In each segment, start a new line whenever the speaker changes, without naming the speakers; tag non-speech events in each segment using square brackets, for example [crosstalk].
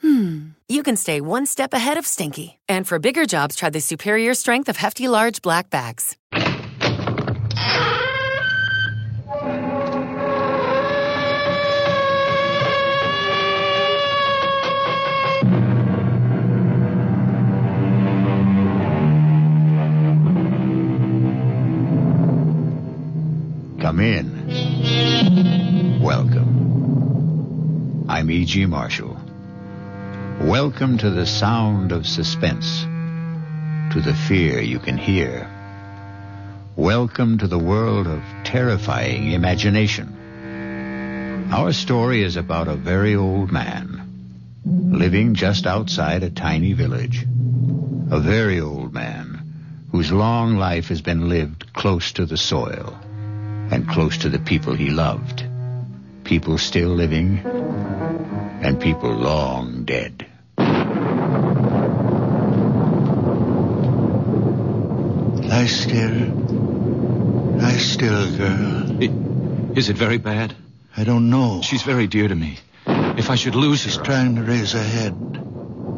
hmm, you can stay one step ahead of stinky. And for bigger jobs, try the superior strength of Hefty Large Black Bags.
Come in. Welcome. I'm E.G. Marshall. Welcome to the sound of suspense, to the fear you can hear. Welcome to the world of terrifying imagination. Our story is about a very old man living just outside a tiny village. A very old man whose long life has been lived close to the soil and close to the people he loved. People still living and people long dead.
Lie still. Lie still, girl.
Is it very bad?
I don't know.
She's very dear to me. If I should lose her,
trying to raise her head.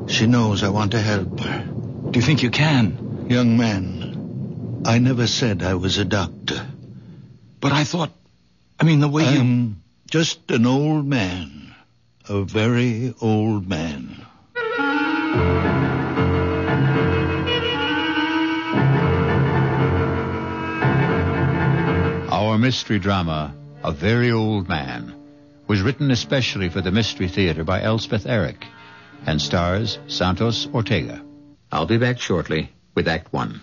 She knows I want to help her.
do you think you can?
Young man, I never said I was a doctor.
But I thought, I mean, the way you.
I'm just an old man. A very old man.
Our mystery drama, A Very Old Man, was written especially for the Mystery Theater by Elspeth Eric and stars Santos Ortega. I'll be back shortly with Act One.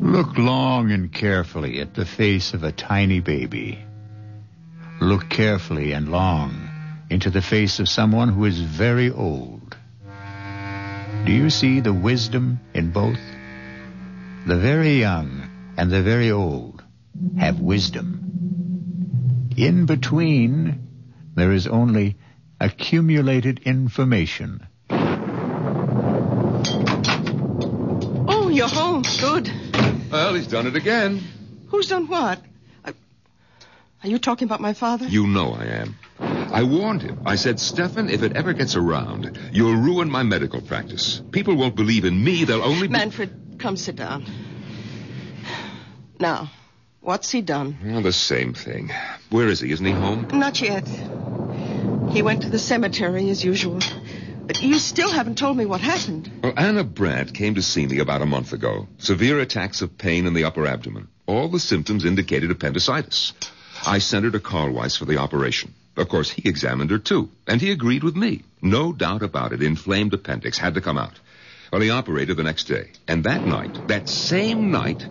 Look long and carefully at the face of a tiny baby. Look carefully and long into the face of someone who is very old. Do you see the wisdom in both? The very young and the very old have wisdom. In between, there is only accumulated information.
Oh, you're home. Good.
Well, he's done it again.
Who's done what? I... Are you talking about my father?
You know I am. I warned him. I said, Stefan, if it ever gets around, you'll ruin my medical practice. People won't believe in me. They'll only be...
Manfred, come sit down. Now, what's he done?
Well, the same thing. Where is he? Isn't he home?
Not yet. He went to the cemetery as usual. But you still haven't told me what happened.
Well, Anna Brandt came to see me about a month ago. Severe attacks of pain in the upper abdomen. All the symptoms indicated appendicitis. I sent her to Carl Weiss for the operation. Of course, he examined her too, and he agreed with me. No doubt about it. Inflamed appendix had to come out. Well, he operated the next day. And that night, that same night,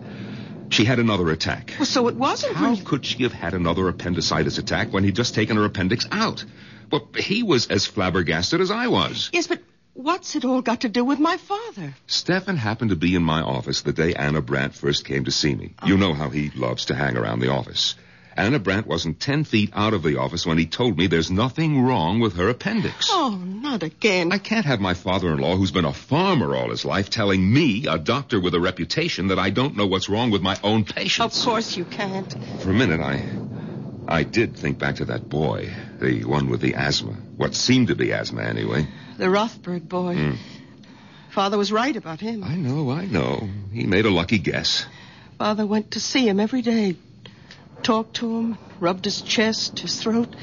she had another attack.
Well, so it wasn't.
How
really-
could she have had another appendicitis attack when he'd just taken her appendix out? Well, he was as flabbergasted as I was.
Yes, but what's it all got to do with my father?
Stefan happened to be in my office the day Anna Brandt first came to see me. You know how he loves to hang around the office. Anna Brandt wasn't ten feet out of the office when he told me there's nothing wrong with her appendix.
Oh, not again.
I can't have my father-in-law, who's been a farmer all his life, telling me, a doctor with a reputation, that I don't know what's wrong with my own
Of
patients.
course you can't.
For a minute, I, I did think back to that boy, the one with the asthma. What seemed to be asthma, anyway.
The Rothberg boy.
Hmm.
Father was right about him.
I know, I know. He made a lucky guess.
Father went to see him every day. Talked to him, rubbed his chest, his throat.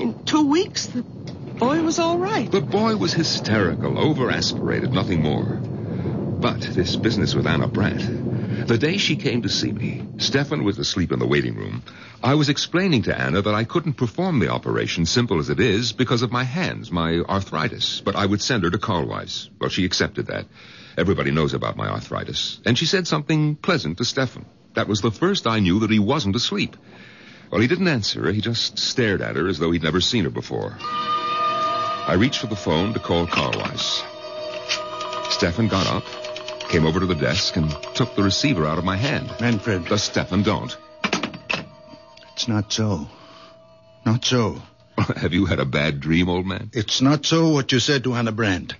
In two weeks, the boy was all right.
The boy was hysterical, over aspirated, nothing more. But this business with Anna Brandt. The day she came to see me, Stefan was asleep in the waiting room. I was explaining to Anna that I couldn't perform the operation, simple as it is, because of my hands, my arthritis. But I would send her to Carlwise. Well, she accepted that. Everybody knows about my arthritis. And she said something pleasant to Stefan. That was the first I knew that he wasn't asleep. Well, he didn't answer her. He just stared at her as though he'd never seen her before. I reached for the phone to call Carwise. Stefan got up, came over to the desk, and took the receiver out of my hand.
Manfred,
But Stefan don't. [laughs]
it's not so. Not so.
Have you had a bad dream, old man?
It's not so what you said to Anna Brandt.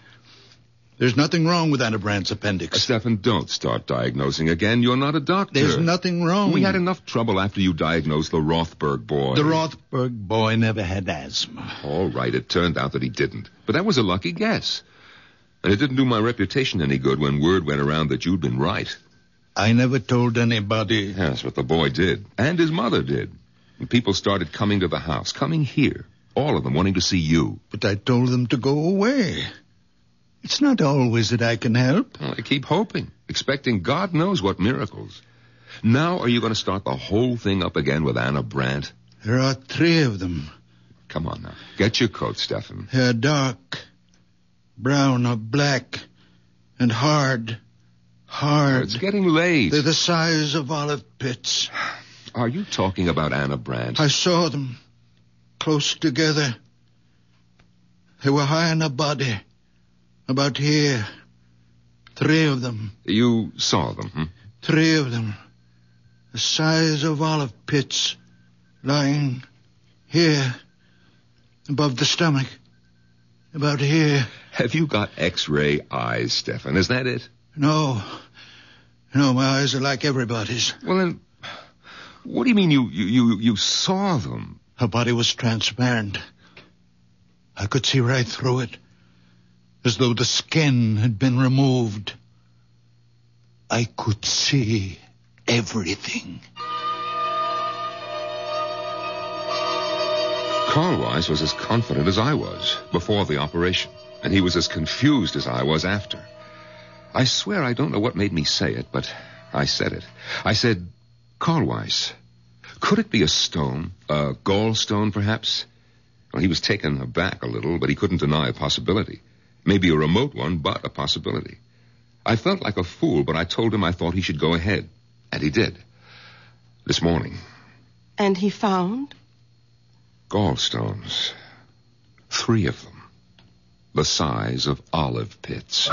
There's nothing wrong with Anna Brandt's appendix.
Stefan, don't start diagnosing again. You're not a doctor.
There's nothing wrong.
We had enough trouble after you diagnosed the Rothberg boy.
The Rothberg boy never had asthma.
All right, it turned out that he didn't. But that was a lucky guess. And it didn't do my reputation any good when word went around that you'd been right.
I never told anybody.
That's what the boy did. And his mother did. And people started coming to the house, coming here. All of them wanting to see you.
But I told them to go away. It's not always that I can help.
Well, I keep hoping, expecting God knows what miracles. Now are you going to start the whole thing up again with Anna Brandt?
There are three of them.
Come on now. Get your coat, Stefan.
They're dark, brown or black, and hard, hard.
It's getting late.
They're Uh, the size of olive pits.
Are you talking about Anna Brandt?
I saw them close together. They were high in a body, about here. Three of them,
You saw them, hmm?
three of them, the size of olive pits, lying here, above the stomach, about here.
Have you got X-ray eyes, Stefan? Is that it?
No, no, my eyes are like everybody's.
Well, then, what do you mean you you you, you saw them?
Her body was transparent. I could see right through it, as though the skin had been removed. I could see everything.
Carwise was as confident as I was before the operation, and he was as confused as I was after. I swear I don't know what made me say it, but I said it. I said, Carwise, could it be a stone? A gallstone, perhaps? Well, he was taken aback a little, but he couldn't deny a possibility. Maybe a remote one, but a possibility. I felt like a fool, but I told him I thought he should go ahead, and he did. This morning.
And he found?
Gallstones. Three of them. The size of olive pits.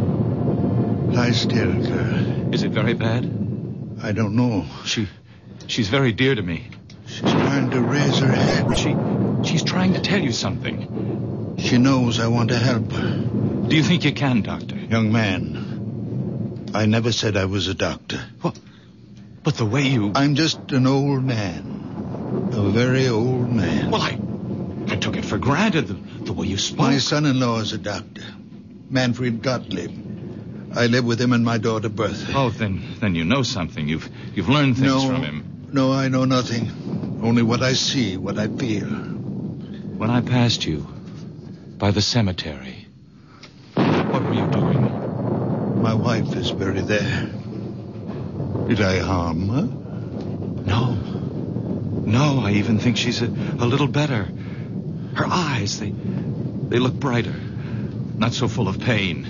Lie still, girl.
Is it very bad?
I don't know.
She, she's very dear to me.
She's trying to raise her head.
She, she's trying to tell you something.
She knows I want to help her.
Do you think you can, Doctor?
Young man, I never said I was a doctor.
But the way you,
I'm just an old man. A very old man.
well, I, I took it for granted the, the way you spoke.
My son-in-law is a doctor, Manfred Gottlieb. I live with him and my daughter Bertha.
Oh, then, then you know something. You've, you've learned things
no,
from him.
no, I know nothing. Only what I see, what I feel.
When I passed you by the cemetery, what were you doing?
My wife is buried there. Did I harm her?
No, no. I even think she's a, a little better. Her eyes, they, they look brighter, not so full of pain.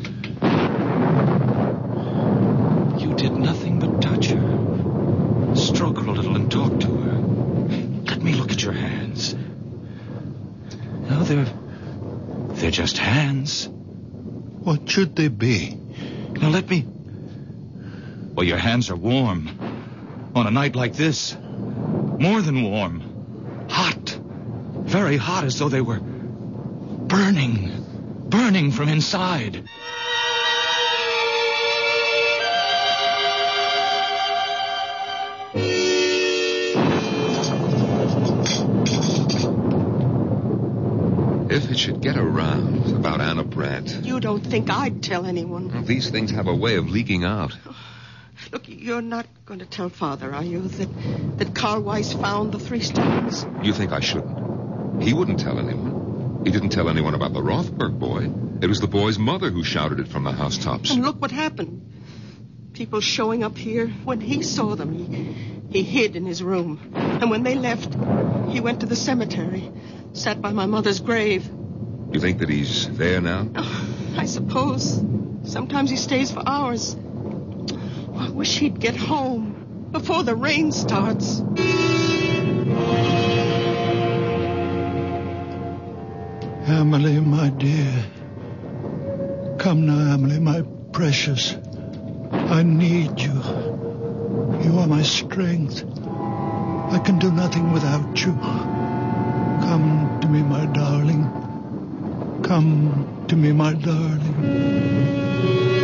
You did nothing but touch her, stroke her a little, and talk to her. Let me look at your hands. No, they're, they're just hands.
What should they be?
Now let me. Well, your hands are warm. On a night like this. More than warm. Hot. Very hot, as though they were burning. Burning from inside.
If it should get around about Anna Brandt,
You don't think I'd tell anyone.
well, these things have a way of leaking out.
Look, you're not going to tell Father, are you, that, that Carl Weiss found the three stones?
You think I shouldn't? He wouldn't tell anyone. He didn't tell anyone about the Rothberg boy. It was the boy's mother who shouted it from the housetops.
And look what happened. People showing up here, when he saw them, he, he hid in his room. And when they left, he went to the cemetery, sat by my mother's grave.
You think that he's there now?
I suppose. Sometimes he stays for hours. I wish he'd get home before the rain starts.
Emily, my dear. Come now, Emily, my precious. I need you. You are my strength. I can do nothing without you. Come to me, my darling. Come to me, my darling.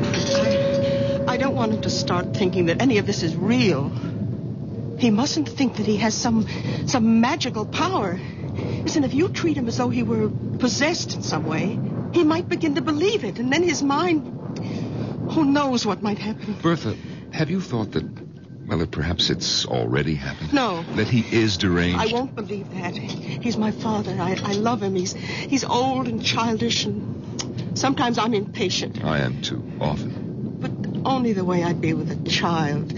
Manfred, I, I don't want him to start thinking that any of this is real. He mustn't think that he has some some magical power. Listen, if you treat him as though he were possessed in some way, he might begin to believe it, and then his mind. Who knows what might happen?
Bertha, have you thought that, well, that perhaps it's already happened?
No.
That he is deranged?
I won't believe that. He's my father. I, I love him. He's he's old and childish, and sometimes I'm impatient.
I am too, often.
But only the way I'd be with a child.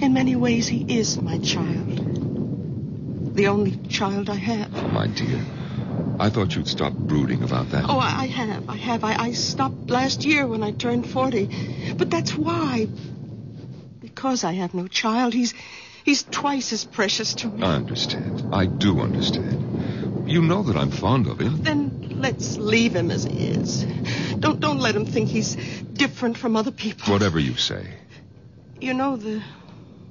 In many ways, he is my child. The only child I have.
My dear, I thought you'd stop brooding about that.
Oh, I I have. I have. I, I stopped last year when I turned 40. But that's why. Because I have no child, he's he's twice as precious to me.
I understand. I do understand. You know that I'm fond of him.
Then let's leave him as he is. Don't don't let him think he's different from other people.
Whatever you say.
You know, the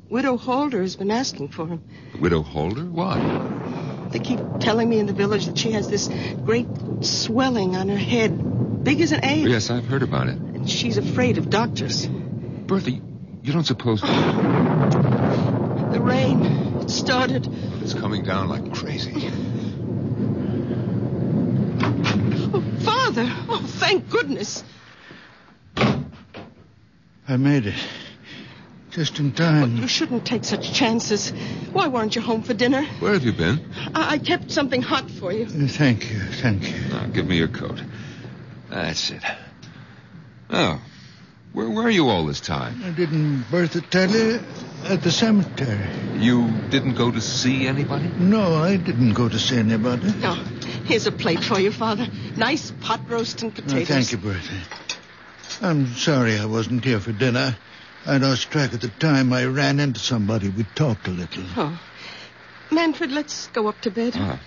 widow Holder has been asking for him.
Widow Holder? Why?
They keep telling me in the village that she has this great swelling on her head, big as an egg.
Yes, I've heard about it.
And she's afraid of doctors.
Bertha, you don't suppose
The rain it started.
it's coming down like crazy.
Oh, Father! Oh, thank goodness!
I made it. Just in
Mm.
time.
You shouldn't take such chances. Why weren't you home for dinner?
Where have you been?
I, I kept something hot for you.
Uh, Thank you, thank you.
Now, Ah, give me your coat. That's it. Oh, where were you all this time?
I didn't Bertha tell you at the cemetery.
You didn't go to see anybody?
No, I didn't go to see anybody.
No, Oh, here's a plate for you, Father. Nice pot roast and
No,
potatoes.
Oh, thank you, Bertha. I'm sorry I wasn't here for dinner. I lost track of the time. I ran into somebody. We talked a little.
Oh. Manfred, let's go up to bed.
Uh.
Ah.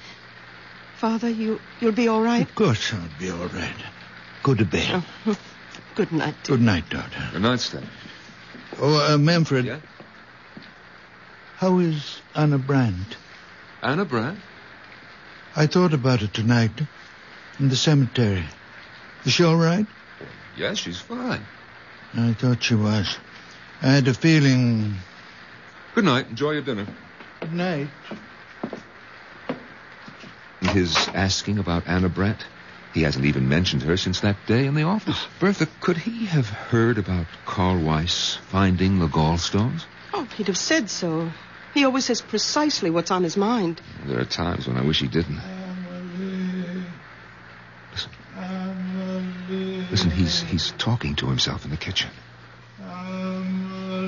Father, you, you'll be all right?
Of course I'll be all right. Go to bed.
Oh. Good night, dear.
Good night, daughter.
Good night, Stan.
Oh, uh, Manfred,
Yeah?
how is Anna Brandt?
Anna Brandt?
I thought about it tonight in the cemetery. Is she all right?
Yes, she's fine.
I thought she was. I had a feeling.
Good night. Enjoy your dinner.
Good night.
His asking about Anna Brandt? He hasn't even mentioned her since that day in the office. Bertha, could he have heard about Carl Weiss finding the gallstones?
Oh, he'd have said so. He always says precisely what's on his mind.
There are times when I wish he didn't. Listen, he's he's talking to himself in the kitchen.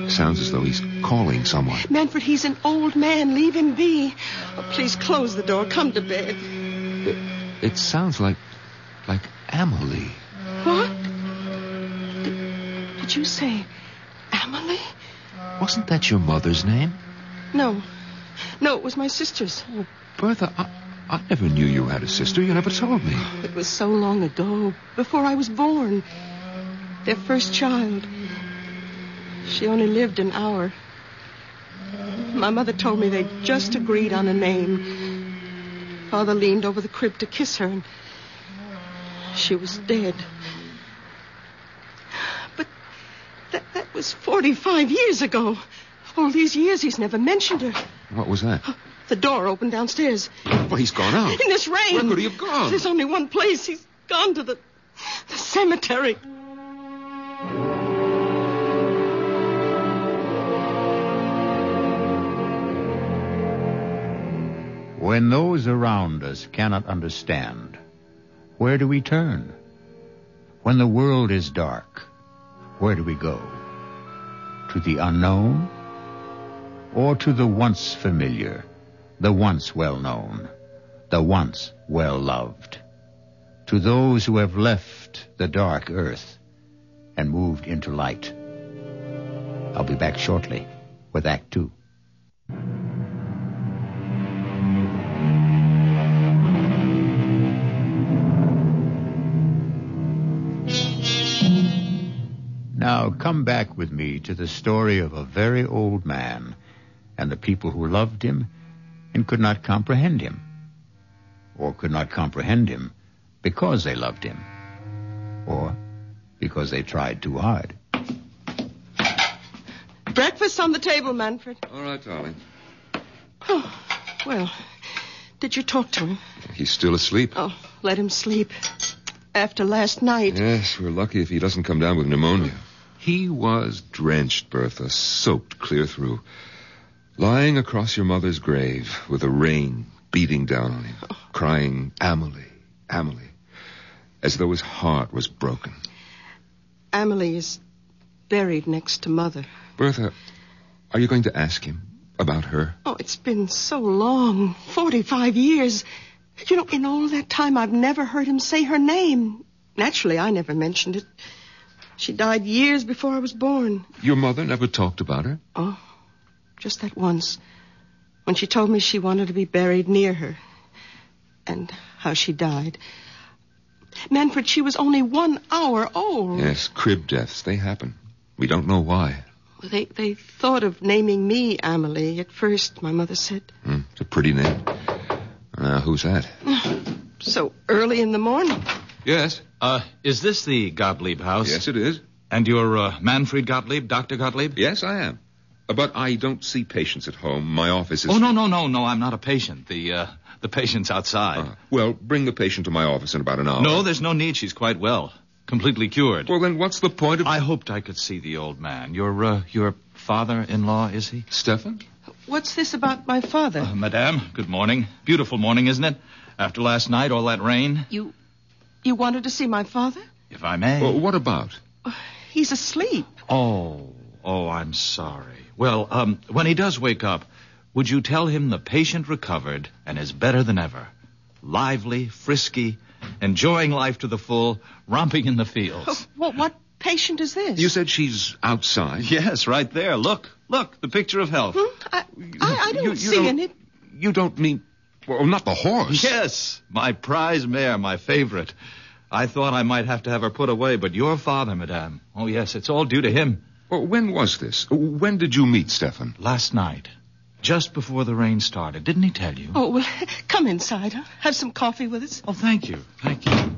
Sounds as though he's calling someone.
Manfred, he's an old man. Leave him be. Oh, please close the door. Come to bed.
It, it sounds like like Emily.
What? Did, did you say Emily?
Wasn't that your mother's name?
No. No, it was my sister's.
Oh,
Bertha, I, I never knew you had a sister. You never told me.
It was so long ago, before I was born. Their first child. She only lived an hour. My mother told me they just agreed on a name. Father leaned over the crib to kiss her, and she was dead. But that, that was 45 years ago. All these years he's never mentioned her.
What was that? [gasps]
The door opened downstairs.
Well, he's gone out.
In this rain.
Where could he have gone?
There's only one place. He's gone to the, the cemetery.
When those around us cannot understand, where do we turn? When the world is dark, where do we go? to the unknown or to the once familiar, the once well known, the once well loved? To those who have left the dark earth and moved into light. I'll be back shortly with Act Two. Now come back with me to the story of a very old man and the people who loved him and could not comprehend him, or could not comprehend him because they loved him, or because they tried too hard.
Breakfast on the table, Manfred.
All right, darling.
Oh, well, did you talk to him?
He's still asleep.
Oh, let him sleep. After last night.
Yes, we're lucky if he doesn't come down with pneumonia. He was drenched, Bertha, soaked clear through. Lying across your mother's grave with the rain beating down on him,
Oh.
crying, Amelie, Amelie, as though his heart was broken.
Amelie is buried next to Mother.
Bertha, are you going to ask him about her?
Oh, it's been so long 45 years. You know, in all that time, I've never heard him say her name. Naturally, I never mentioned it. She died years before I was born.
Your mother never talked about her?
Oh, just that once, when she told me she wanted to be buried near her, and how she died. Manfred, she was only one hour old.
Yes, crib deaths, they happen. We don't know why.
They, they thought of naming me Amelie at first, my mother said.
Hmm, it's a pretty name. Now, who's that?
So early in the morning.
Yes.
Uh, is this the Gottlieb house?
Yes, it is.
And you're uh, Manfred Gottlieb, Dr. Gottlieb?
Yes, I am. Uh, But I don't see patients at home. My office is.
Oh, no, no, no, no, I'm not a patient. The, uh, the patient's outside.
Uh, oh. well, bring the patient to my office in about an hour.
no, there's no need. She's quite well. Completely cured.
Well, then what's the point of.
I hoped I could see the old man. Your, uh, your father-in-law, is he?
Stefan?
What's this about my father?
Uh-huh.
Uh, Madame, good morning. Beautiful morning, isn't it? After last night, all that rain.
you, you wanted to see my father?
If I may.
Well, what about?
He's asleep.
Oh, oh, I'm sorry. Well, um, when he does wake up, would you tell him the patient recovered and is better than ever? Lively, frisky, enjoying life to the full, romping in the fields.
What, what patient is this?
You said she's
[laughs]
outside.
Yes, right there. Look, look, the picture of health.
Hmm? I, I, I didn't
You- you
see
don't-
any.
You don't mean. Well, not the horse.
Yes, my prize mare, my favorite. I thought I might have to have her put away, but your father, madame. Oh, yes, it's all due to him.
Well, when was this? When did you meet Stefan?
Last night, just before the rain started, didn't he tell you?
Oh, well, [laughs] come inside. Huh? Have some coffee with us.
oh thank you. Thank you.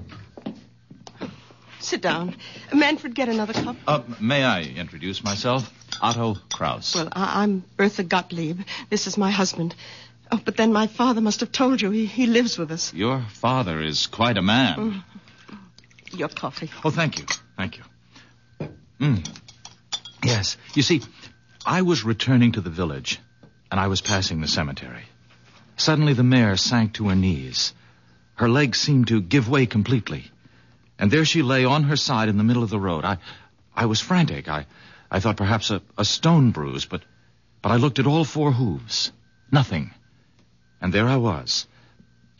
Sit down. Manfred, get another cup.
Uh, may I introduce myself? Otto Kraus.
Well, I, I'm Bertha Gottlieb. This is my husband. Oh, but then my father must have told you. He, he lives with us.
your father is quite a man.
Your coffee.
Oh, thank you. Thank you. Mm. Yes. You see, I was returning to the village, and I was passing the cemetery. Suddenly, the mare sank to her knees. Her legs seemed to give way completely. And there she lay on her side in the middle of the road. I, I was frantic. I, I thought perhaps a, a stone bruise, but, but I looked at all four hooves. Nothing. And there I was,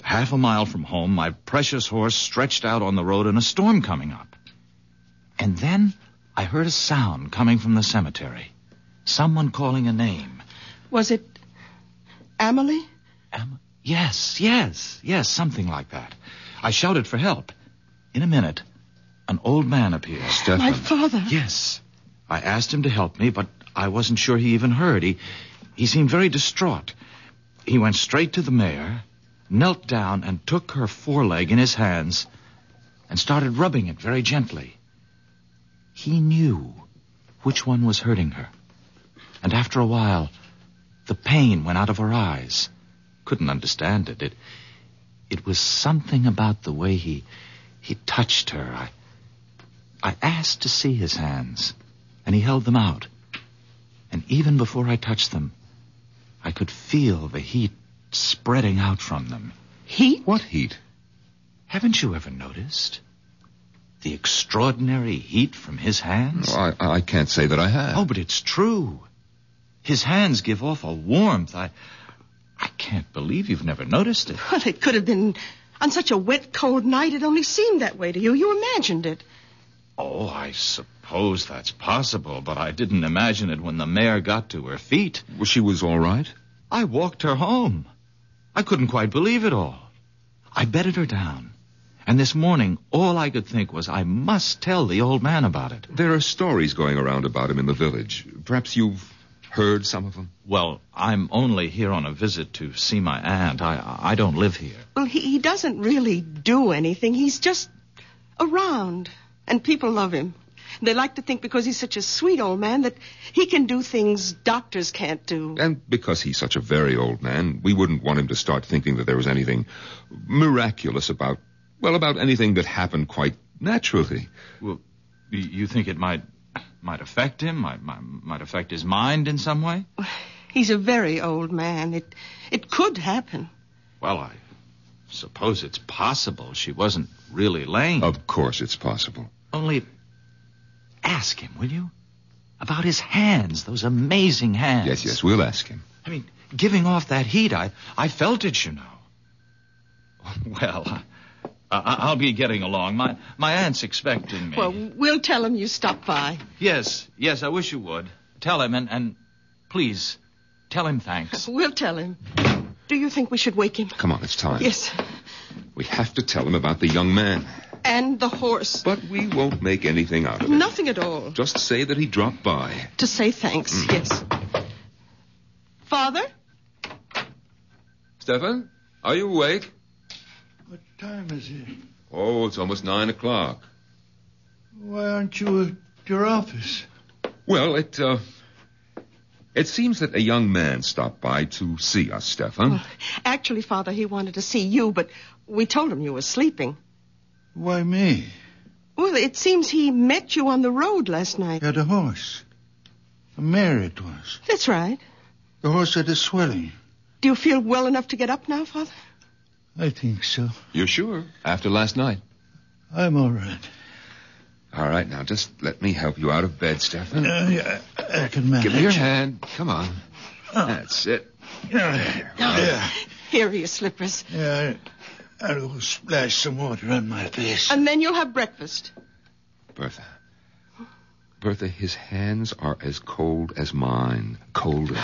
half a mile from home, my precious horse stretched out on the road and a storm coming up. And then I heard a sound coming from the cemetery. Someone calling a name.
Was it Amelie?
Am- yes, yes, yes, something like that. I shouted for help. In a minute, an old man appeared.
My
Stefan.
father.
Yes. I asked him to help me, but I wasn't sure he even heard. He, he seemed very distraught. He went straight to the mare, knelt down, and took her foreleg in his hands and started rubbing it very gently. He knew which one was hurting her. And after a while, the pain went out of her eyes. Couldn't understand it. It, it was something about the way he, he touched her. I, I asked to see his hands, and he held them out. And even before I touched them, I could feel the heat spreading out from them.
He?
What heat?
Haven't you ever noticed? the extraordinary heat from his hands?
I, I can't say that I have.
Oh, but it's true. His hands give off a warmth. I, I can't believe you've never noticed it.
Well, it could have been on such a wet, cold night. It only seemed that way to you. You imagined it.
Oh, I suppose that's possible, but I didn't imagine it when the mare got to her feet.
Well, she was all right.
I walked her home. I couldn't quite believe it all. I bedded her down. And this morning, all I could think was I must tell the old man about it.
There are stories going around about him in the village. Perhaps you've heard some of them.
Well, I'm only here on a visit to see my aunt. I I don't live here.
Well, he, he doesn't really do anything. He's just around. And people love him. They like to think because he's such a sweet old man that he can do things doctors can't do.
And because he's such a very old man, we wouldn't want him to start thinking that there was anything miraculous about, well, about anything that happened quite naturally.
Well, y- you think it might might affect him, might, might might affect his mind in some way?
He's a very old man. It it could happen.
Well, I suppose it's possible she wasn't really lame.
Of course it's possible.
Only ask him, will you? About his hands, those amazing hands.
Yes, yes, we'll ask him.
I mean, giving off that heat, I, I felt it, you know. [laughs] Well, I, I, I'll be getting along. My, my aunt's expecting me.
Well, we'll tell him you stopped by.
yes, yes, I wish you would. Tell him, and, and please, tell him thanks.
We'll tell him. Do you think we should wake him?
Come on, it's time.
Yes.
We have to tell him about the young man.
And the horse.
But we won't make anything out of it.
Nothing at all.
Just say that he dropped by.
To say thanks, yes. Father?
Stefan, are you awake?
What time is it?
Oh, it's almost nine o'clock.
Why aren't you at your office?
Well, it, uh, it seems that a young man stopped by to see us, Stefan.
Actually, Father, he wanted to see you, but we told him you were sleeping.
Why me?
Well, it seems he met you on the road last night.
At a horse. A mare it was.
That's right.
The horse had a swelling.
Do you feel well enough to get up now, Father?
I think so.
You're sure? After last night.
I'm all right. [laughs]
All right, now just let me help you out of bed, Stefan.
Uh, yeah, I can manage.
Give me your hand. Come on. That's it.
Yeah, yeah,
Here are your slippers.
yeah. I- I'll splash some water on my face.
And then you'll have breakfast.
Bertha. Bertha, his hands are as cold as mine. Colder.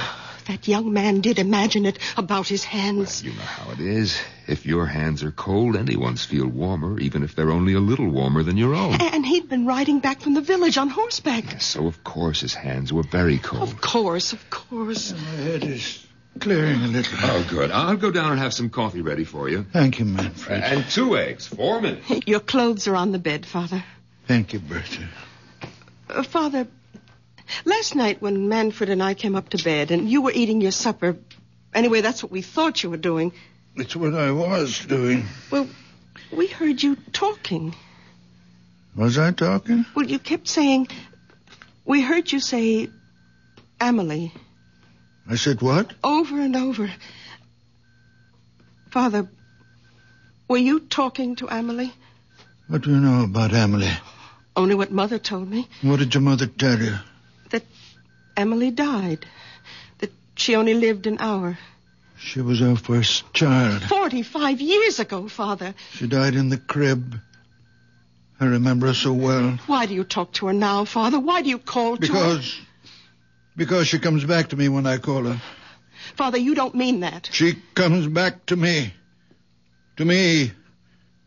That young man did imagine it about his hands.
You know how it is. If your hands are cold, anyone's feel warmer, even if they're only a little warmer than your own.
And he'd been riding back from the village on horseback.
So, of course, his hands were very cold.
Of course, of course.
My head is clearing a little.
Oh, good. I'll go down and have some coffee ready for you.
Thank you, Manfred.
And two eggs. Four minutes.
Your clothes are on the bed, Father.
Thank you, Bertha.
Uh, Father, last night when Manfred and I came up to bed and you were eating your supper, anyway, that's what we thought you were doing.
It's what I was doing.
Well, we heard you talking.
Was I talking?
Well, you kept saying, we heard you say, Amelie,
I said what?
over and over. Father, were you talking to Amelie?
What do you know about Emily?
Only what Mother told me,
What did your mother tell you?
that Emily died, that she only lived an hour.
She was our first child.
Forty-five years ago, Father.
She died in the crib. I remember her so well.
Why do you talk to her now, Father? Why do you call to her?
Because. Because she comes back to me when I call her.
Father, you don't mean that.
She comes back to me. To me.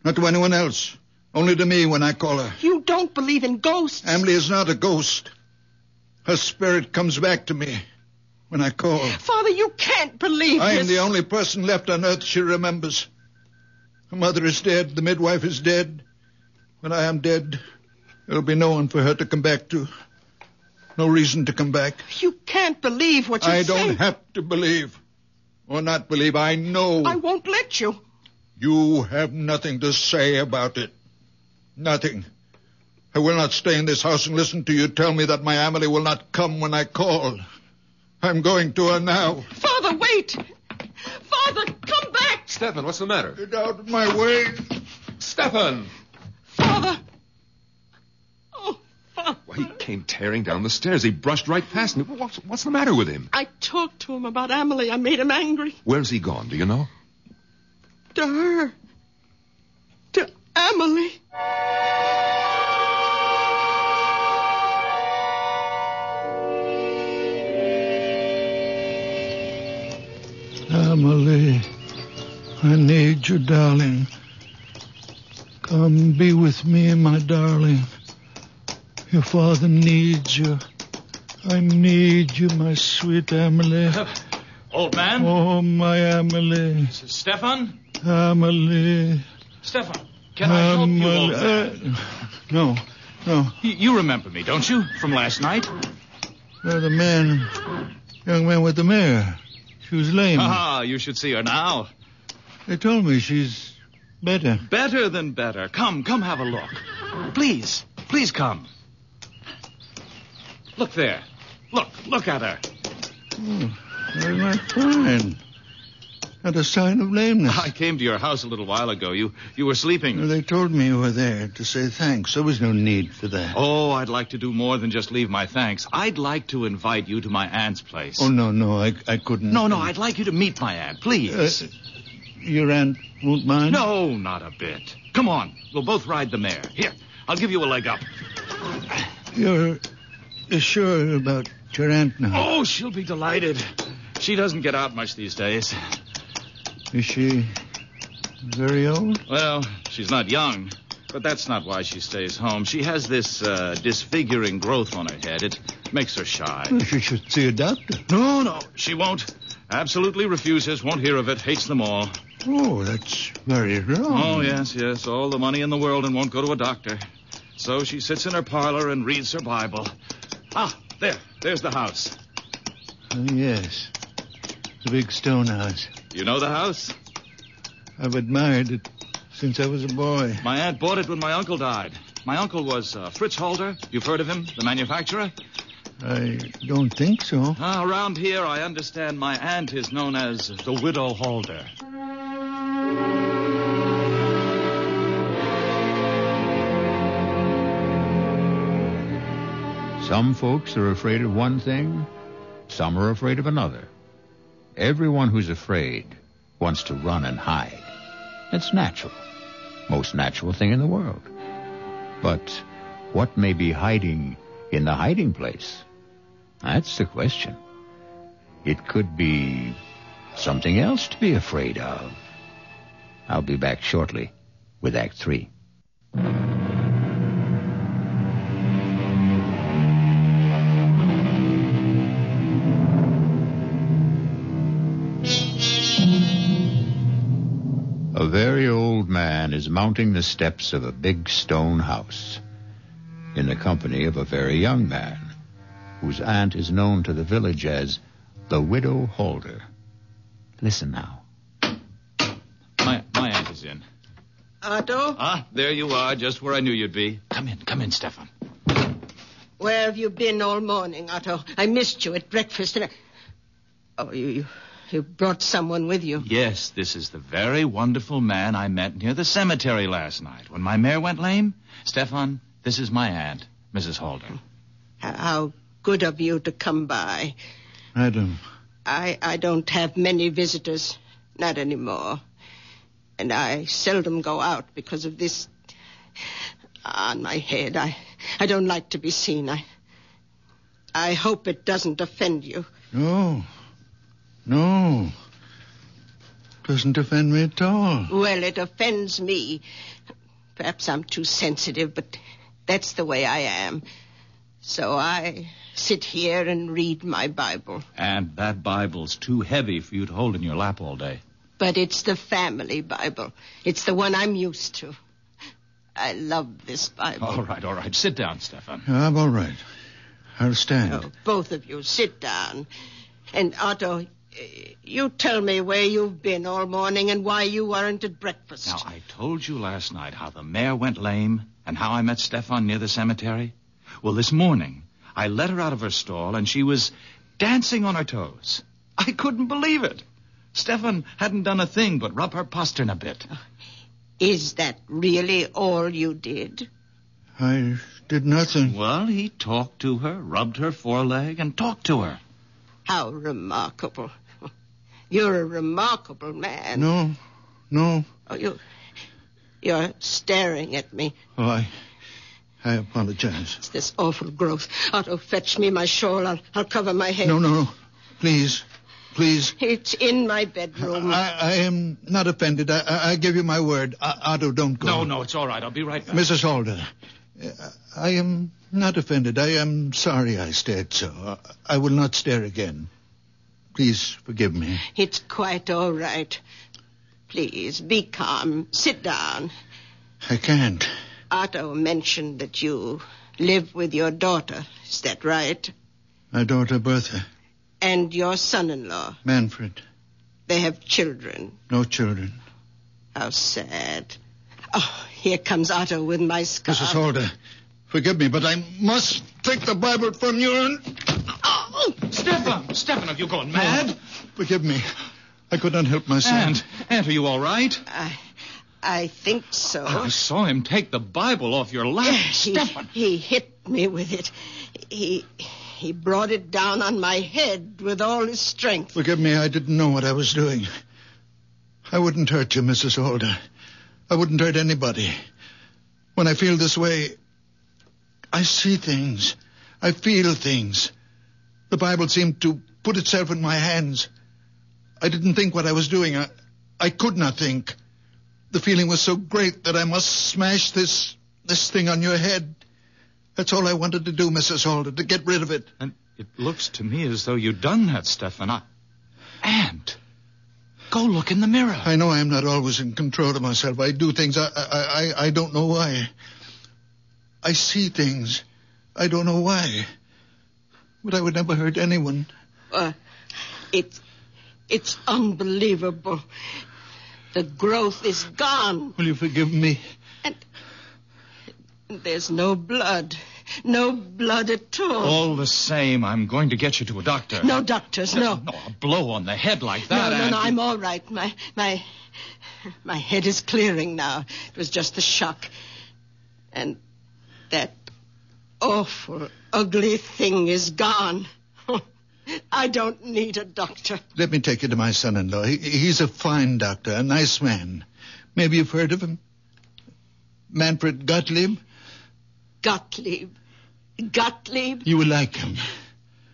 Not to anyone else. Only to me when I call her.
You don't believe in ghosts.
Emily is not a ghost. Her spirit comes back to me when I call.
Father, you can't believe
I am
this.
the only person left on earth she remembers. Her mother is dead. The midwife is dead. When I am dead, there'll be no one for her to come back to. No reason to come back.
You can't believe what you
I
say.
don't have to believe. Or not believe. I know.
I won't let you.
You have nothing to say about it. Nothing. I will not stay in this house and listen to you tell me that my Emily will not come when I call. I'm going to her now.
Father, wait. Father, come back.
Stefan, what's the matter?
Get out of my way.
Stefan!
Father. Oh,
He came tearing down the stairs. He brushed right past me. What's, what's the matter with him?
I talked to him about Emily. I made him angry.
Where's he gone? Do you know?
To her. To Emily.
Emily, I need you, darling. Come be with me, my darling. Your father needs you. I need you, my sweet Emily.
Old man?
Oh, my Emily.
Stefan?
Emily.
Stefan, can I help you, old
Emily.
man?
Uh, no, no.
You- Um, You remember me, don't you? From last night?
You're Uh, the man, young man with the mare. She was lame.
Ah, you should see her now.
They told me she's better.
Better than better. Come, come have a look. Please, please come. Look there. Look, look at her.
Very much fine. Not a sign of lameness.
I came to your house a little while ago. You you were sleeping.
They told me you were there to say thanks. There was no need for that.
Oh, I'd like to do more than just leave my thanks. I'd like to invite you to my aunt's place.
Oh, no, no, I, I couldn't.
no, no, I'd like you to meet my aunt, please.
Uh, Your aunt won't mind?
no, not a bit. Come on. We'll both ride the mare. Here, I'll give you a leg up.
You're you're sure about your aunt now?
Oh, she'll be delighted. She doesn't get out much these days.
Is she very old?
Well, she's not young, but that's not why she stays home. She has this uh, disfiguring growth on her head. It makes her shy.
She should see a doctor.
[laughs] No, no, she won't. Absolutely refuses, won't hear of it, hates them all.
Oh, that's very wrong.
Oh, yes, yes, all the money in the world and won't go to a doctor. So she sits in her parlor and reads her Bible. Ah, there, there's the house.
Oh, yes. The big stone house.
You know the house?
I've admired it since I was a boy.
My aunt bought it when my uncle died. My uncle was uh, Fritz Holder. You've heard of him, the manufacturer?
I don't think so.
Ah, around here, I understand my aunt is known as the Widow Holder.
Some folks are afraid of one thing, some are afraid of another. Everyone who's afraid wants to run and hide. It's natural. Most natural thing in the world. But what may be hiding in the hiding place? That's the question. It could be something else to be afraid of. I'll be back shortly with Act Three. A very old man is mounting the steps of a big stone house in the company of a very young man whose aunt is known to the village as the Widow Holder. Listen now.
My, my aunt is in.
Otto,
Ah, there you are, just where I knew you'd be. Come in, come in, Stefan.
Where have you been all morning, Otto? I missed you at breakfast and I... Oh, you, you, you brought someone with you.
Yes, this is the very wonderful man I met near the cemetery last night when my mare went lame. Stefan, this is my aunt, Mrs. Holder.
How- How good of you to come by.
Adam,
I, I don't have many visitors. Not anymore. And I seldom go out because of this on my head. I, I don't like to be seen. I, I hope it doesn't offend you.
no. No. Doesn't offend me at all.
Well, it offends me. Perhaps I'm too sensitive, but that's the way I am. So I sit here and read my Bible.
And that Bible's too heavy for you to hold in your lap all day.
But it's the family Bible. It's the one I'm used to. I love this Bible.
All right, all right. Sit down, Stefan.
I'm all right. I'll stand.
Oh, both of you, sit down. And Otto, eh, you tell me where you've been all morning and why you weren't at breakfast.
Now, I told you last night how the mare went lame and how I met Stefan near the cemetery. Well, this morning, I let her out of her stall and she was dancing on her toes. I couldn't believe it. Stefan hadn't done a thing but rub her postern a bit.
Is that really all you did?
I did nothing.
Well, he talked to her, rubbed her foreleg, and talked to her.
How remarkable. You're a remarkable man.
No, no.
Oh, you, you're staring at me.
Oh, I, I apologize.
It's this awful growth. Otto, fetch me my shawl. I'll, I'll cover my head.
Oh, No, no, no. Please, please.
It's in my bedroom.
I, I am not offended. I, I, I give you my word. I, Otto, don't go.
No, no, it's all right. I'll be right back.
Mrs. Alder, uh, I am not offended. I am sorry I stared so. I- I will not stare again. Please forgive me.
It's quite all right. Please, be calm. Sit down.
I can't.
Otto mentioned that you live with your daughter. Is that right?
My daughter Bertha,
And your son-in-law.
Manfred,
They have children.
no children.
How sad. Oh, here comes Otto with my scarf.
Mrs. Alder, forgive me, but I must take the Bible from you and.
Oh!
Stefan! Stefan, have you gone mad?
Forgive me. I could not help myself.
Aunt, Uh-huh. Aunt, are you all right?
I, I think so.
I saw him take the Bible off your lap.
he,
Stefan!
he hit me with it. He, he brought it down on my head with all his strength.
Forgive me, I didn't know what I was doing. I wouldn't hurt you, Mrs. Alder. I wouldn't hurt anybody. When I feel this way, I see things. I feel things. The Bible seemed to put itself in my hands. I didn't think what I was doing. I, I could not think. The feeling was so great that I must smash this, this thing on your head. That's all I wanted to do, Mrs. Alder, to get rid of it.
And it looks to me as though you'd done that, Stefan. I... Aunt, go look in the mirror.
I know I'm not always in control of myself. I do things I I I, I don't know why. I see things. I don't know why. But I would never hurt anyone.
Uh, it, it's unbelievable. The growth is gone.
Will you forgive me?
There's no blood. No blood at all.
All the same, I'm going to get you to a doctor.
No doctors, no.
No, a blow on the head like
No,
that.
no,
Aunt.
no, I'm all right. My, my, my head is clearing now. It was just the shock. And that awful, ugly thing is gone. [laughs] I don't need a doctor.
Let me take you to my son-in-law. He, he's a fine doctor, a nice man. Maybe you've heard of him. Manfred Gottlieb.
Gottlieb. Gottlieb?
You will like him.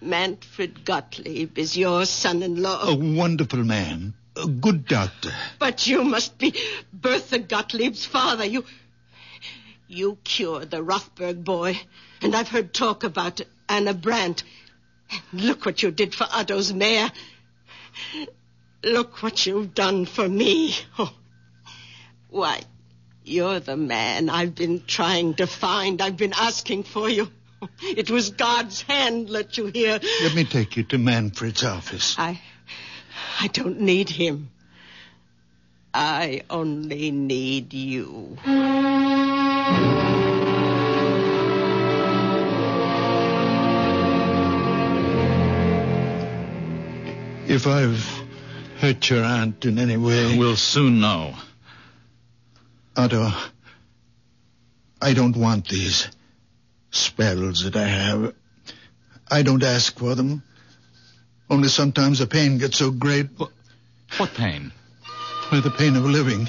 Manfred Gottlieb is your son-in-law.
A wonderful man. A good doctor.
But you must be Bertha Gottlieb's father. You, you cured the Rothberg boy, and I've heard talk about Anna Brandt. And look what you did for Otto's mare. Look what you've done for me. Oh. Why, you're the man I've been trying to find. I've been asking for you. It was God's hand let you here.
Let me take you to Manfred's office.
I I don't need him. I only need you.
If I've hurt your aunt in any way.
We'll soon know.
Otto, I don't want these spells that I have. I don't ask for them. Only sometimes the pain gets so great,
What pain?
by the pain of living.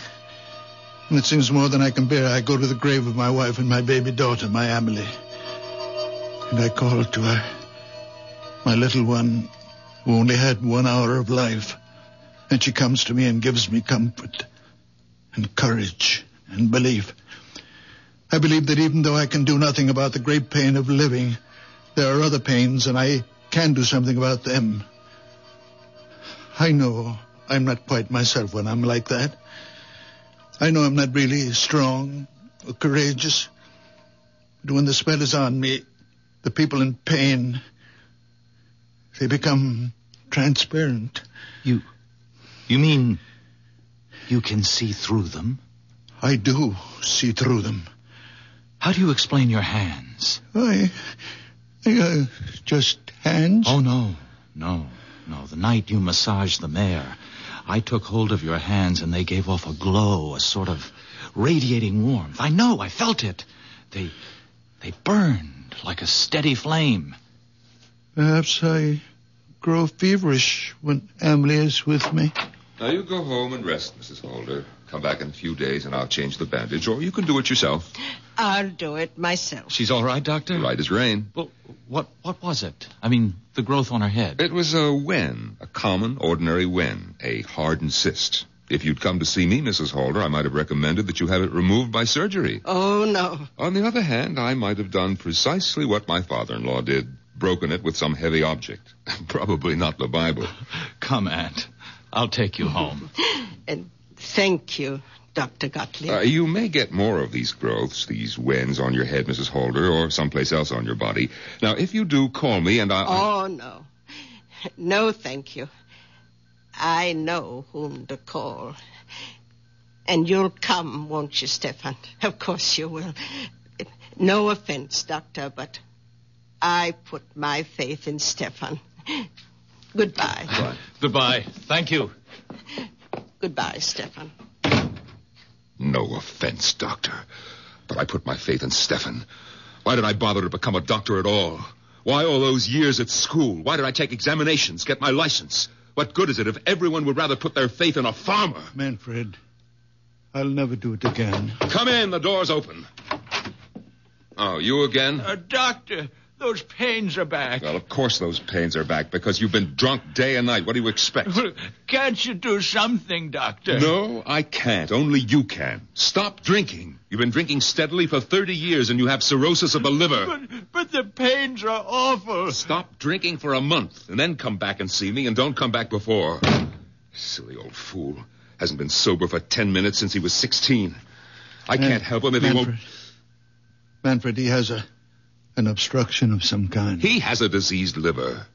And it seems more than I can bear. I go to the grave of my wife and my baby daughter, my Amelie. And I call to her, my little one, who only had one hour of life. And she comes to me and gives me comfort and courage and belief. I believe that even though I can do nothing about the great pain of living, there are other pains and I can do something about them. I know I'm not quite myself when I'm like that. I know I'm not really strong or courageous. But when the spell is on me, the people in pain, they become transparent.
You. You mean. You can see through them?
I do see through them.
How do you explain your hands?
I, they are just hands.
Oh, no. No. No. The night you massaged the mare, I took hold of your hands and they gave off a glow, a sort of radiating warmth. I know. I felt it. They. They burned like a steady flame.
Perhaps I grow feverish when Emily is with me.
Now you go home and rest, Mrs. Holder. Come back in a few days and I'll change the bandage, or you can do it yourself.
I'll do it myself.
She's all right, Doctor?
Right as rain.
Well, what, what was it? I mean, the growth on her head.
It was a wen, a common, ordinary wen, a hardened cyst. If you'd come to see me, Mrs. Holder, I might have recommended that you have it removed by surgery.
Oh, no.
On the other hand, I might have done precisely what my father-in-law did, broken it with some heavy object. [laughs] Probably not the Bible.
Come, Aunt. I'll take you home.
And thank you, Dr. Gottlieb.
Uh, you may get more of these growths, these wens on your head, Mrs. Holder, or someplace else on your body. Now, if you do, call me and I.
oh, no. No, thank you. I know whom to call. And you'll come, won't you, Stefan? Of course you will. No offense, Doctor, but I put my faith in Stefan. Goodbye.
Goodbye. Thank you.
Goodbye, Stefan.
No offense, Doctor. But I put my faith in Stefan. Why did I bother to become a doctor at all? Why all those years at school? Why did I take examinations, get my license? What good is it if everyone would rather put their faith in a farmer?
Manfred, I'll never do it again.
Come in, the door's open. Oh, you again?
Uh, doctor, those pains are back.
Well, of course those pains are back because you've been drunk day and night. What do you expect?
[laughs] Can't you do something, doctor?
No, I can't. Only you can. Stop drinking. You've been drinking steadily for 30 years and you have cirrhosis of the liver.
But, but the pains are awful.
Stop drinking for a month and then come back and see me and don't come back before. Silly old fool. Hasn't been sober for 10 minutes since he was 16. I
Man-
can't help him if
Manfred.
he won't.
Manfred, he has a an obstruction of some kind.
He has a diseased liver.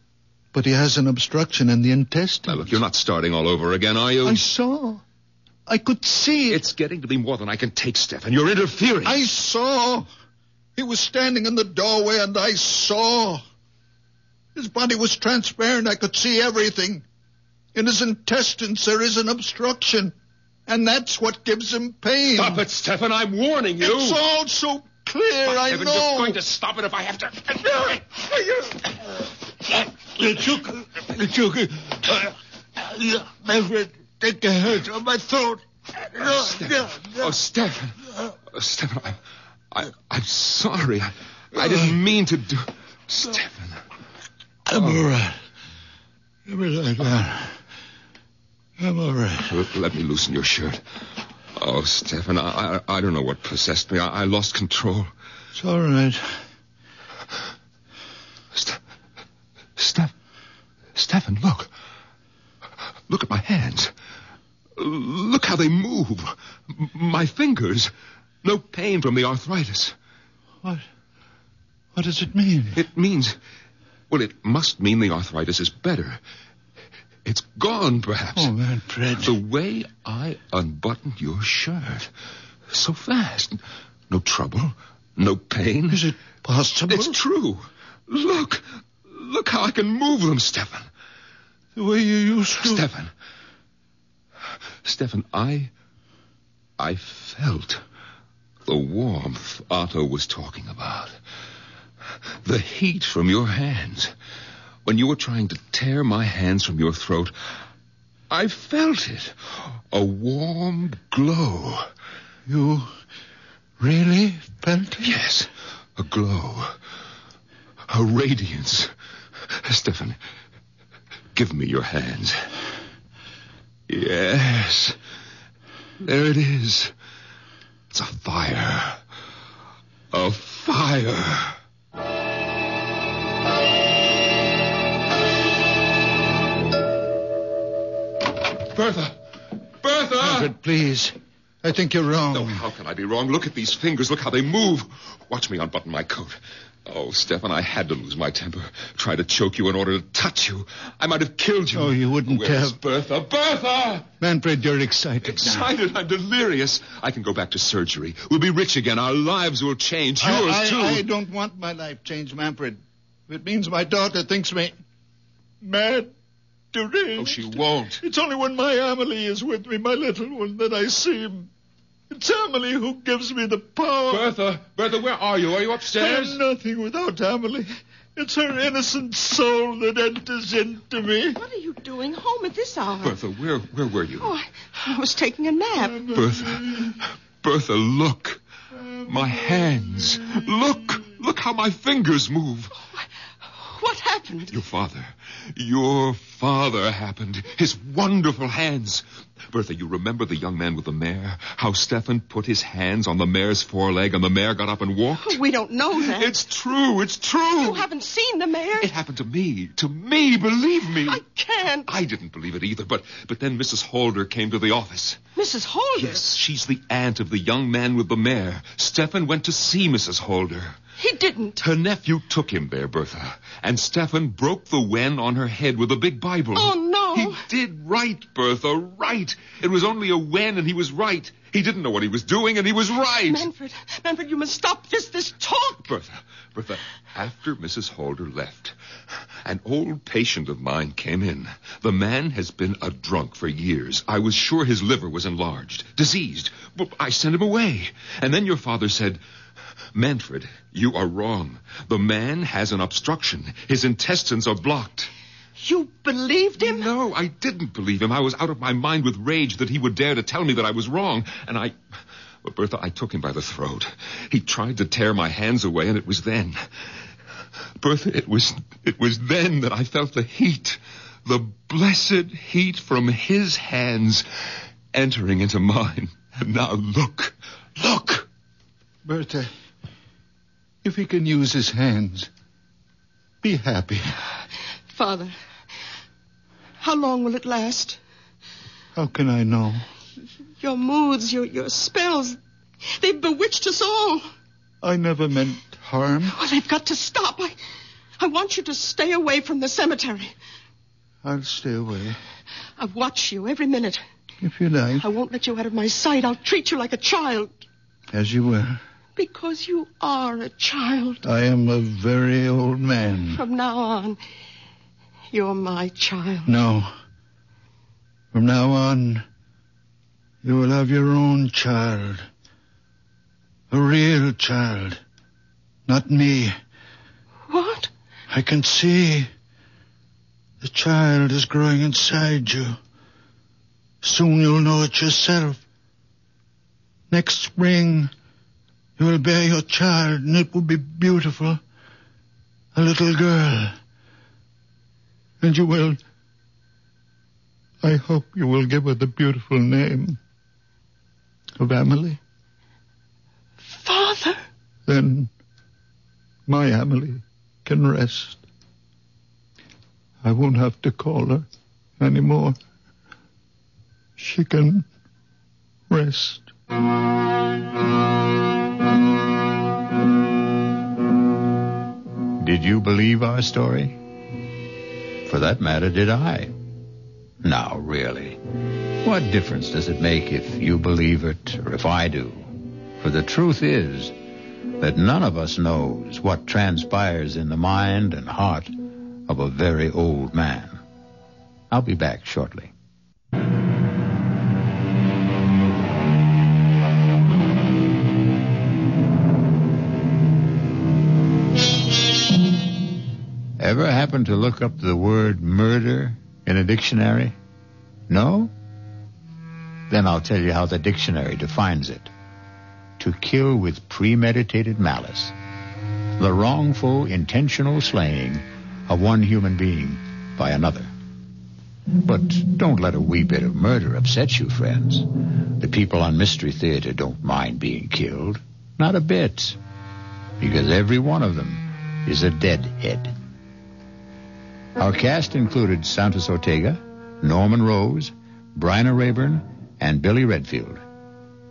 But he has an obstruction in the
Now,
intestine.
look, you're not starting all over again, are you?
I saw. I could see it.
It's getting to be more than I can take, Stefan. You're interfering.
I saw. He was standing in the doorway and I saw. His body was transparent. I could see everything. In his intestines, there is an obstruction. And that's what gives him pain.
Stop it, Stefan. I'm warning you.
It's all so clear,
By
I
heaven,
know.
You're going to stop it if I have to.
Lechuga, Lechuga, uh, uh, Manfred, take the hurt on my throat. No, no,
Oh, Stefan. Oh, Stefan, I'm, I, I'm sorry. I, I didn't mean to do. Stefan.
I'm all right. Give me that gun. I'm all right.
Let, let me loosen your shirt. Oh, Stefan, I, I, I don't know what possessed me. I, I lost control.
It's all right.
Ste- Steph, Stefan, look. Look at my hands. Look how they move. M- My fingers. No pain from the arthritis.
What? What does it mean?
It means. Well, it must mean the arthritis is better. It's gone, perhaps.
Oh, Manfred.
The way I unbuttoned your shirt. So fast. No trouble. No pain.
Is it possible?
It's true. Look. Look how I can move them, Stefan.
the way you used to.
Stefan. Stefan, I. I felt the warmth Otto was talking about. The heat from your hands. When you were trying to tear my hands from your throat, I felt it. A warm glow.
You really felt it?
Yes, a glow. A radiance. Stefan, give me your hands. Yes. There it is. It's a fire. A fire. Bertha! Bertha!
Manfred, please. I think you're wrong.
Oh, how can I be wrong? Look at these fingers. Look how they move. Watch me unbutton my coat. Oh, Stefan, I had to lose my temper. Try to choke you in order to touch you. I might have killed you.
Oh, you wouldn't
Where's
have.
Bertha? Bertha!
Manfred, you're excited now.
Excited. I'm delirious. I can go back to surgery. We'll be rich again. Our lives will change. Yours,
I, I-
too.
I don't want my life changed, Manfred. It means my daughter thinks me mad, deranged.
Oh, she won't.
It's only when my Amelie is with me, my little one, that I see him.
It's Emily who gives me the power.
Bertha, Bertha, where are you? Are you upstairs?
I'm nothing without Emily. It's her innocent soul that enters into me.
What are you doing home at this hour?
Bertha, where where were you?
Oh, I, I was taking a nap.
Bertha, Bertha, look. My hands. Look. Look how my fingers move.
What happened?
Your father. Your father happened. His wonderful hands. Bertha, you remember the young man with the mare? How Stefan put his hands on the mare's foreleg and the mare got up and walked?
We don't know that.
It's true. It's true.
Oh. You haven't seen the mayor.
It happened to me. To me, believe me.
I can't.
I didn't believe it either, but but then Mrs. Holder came to the office.
Mrs. Holder.
Yes, she's the aunt of the young man with the mare. Stefan went to see Mrs. Holder.
He didn't.
Her nephew took him there, Bertha, and Stefan broke the wen on her head with a big Bible.
Oh no.
He did right, Bertha, right. It was only a wen, and he was right. He didn't know what he was doing, and he was right.
Manfred, Manfred, you must stop this this talk.
Bertha, Bertha, after Mrs. Holder left, an old patient of mine came in. The man has been a drunk for years. I was sure his liver was enlarged, diseased, but I sent him away. And then your father said, Manfred, you are wrong. The man has an obstruction. His intestines are blocked.
You believed him?
No, I didn't believe him. I was out of my mind with rage that he would dare to tell me that I was wrong. And I. But Bertha, I took him by the throat. He tried to tear my hands away, and it was then. Bertha, it was. It was then that I felt the heat. The blessed heat from his hands entering into mine. And now look. Look!
Bertha, if he can use his hands, be happy.
Father, how long will it last?
How can I know?
Your moods, your, your spells, they've bewitched us all.
I never meant harm.
Well, they've got to stop. I, I want you to stay away from the cemetery.
I'll stay away.
I watch you every minute.
If you like.
I won't let you out of my sight. I'll treat you like a child.
As you were.
Because you are a child.
I am a very old man.
From now on, you're my child.
No. From now on, you will have your own child. A real child. Not me.
What?
I can see. The child is growing inside you. Soon you'll know it yourself. Next spring, you will bear your child, and it will be beautiful. A little girl. And you will. I hope you will give her the beautiful name of Emily.
Father!
Then my Emily can rest. I won't have to call her any more. She can rest.
Did you believe our story? For that matter, did I? Now, really, what difference does it make if you believe it or if I do? For the truth is that none of us knows what transpires in the mind and heart of a very old man. I'll be back shortly. Ever happen to look up the word murder in a dictionary? No? Then I'll tell you how the dictionary defines it. To kill with premeditated malice. The wrongful, intentional slaying of one human being by another. But don't let a wee bit of murder upset you, friends. The people on Mystery Theater don't mind being killed. Not a bit. Because every one of them is a deadhead. Our cast included Santos Ortega, Norman Rose, Bryna Rayburn, and Billy Redfield.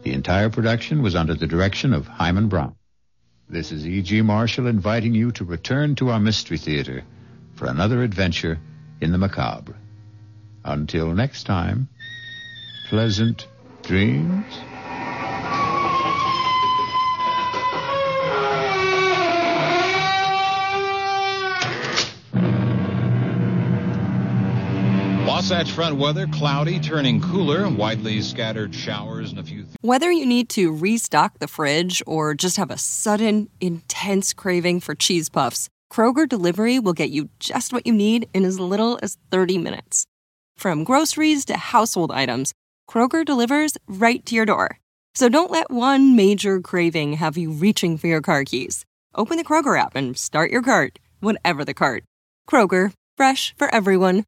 The entire production was under the direction of Hyman Brown. This is E.G. Marshall inviting you to return to our Mystery Theater for another adventure in the macabre. Until next time, pleasant dreams.
Wasatch Front weather cloudy, turning cooler, widely scattered showers and a few. Th-
Whether you need to restock the fridge or just have a sudden, intense craving for cheese puffs, Kroger Delivery will get you just what you need in as little as 30 minutes. From groceries to household items, Kroger delivers right to your door. So don't let one major craving have you reaching for your car keys. Open the Kroger app and start your cart, whatever the cart. Kroger, fresh for everyone.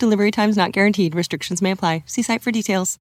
Delivery times not guaranteed. Restrictions may apply. See site for details.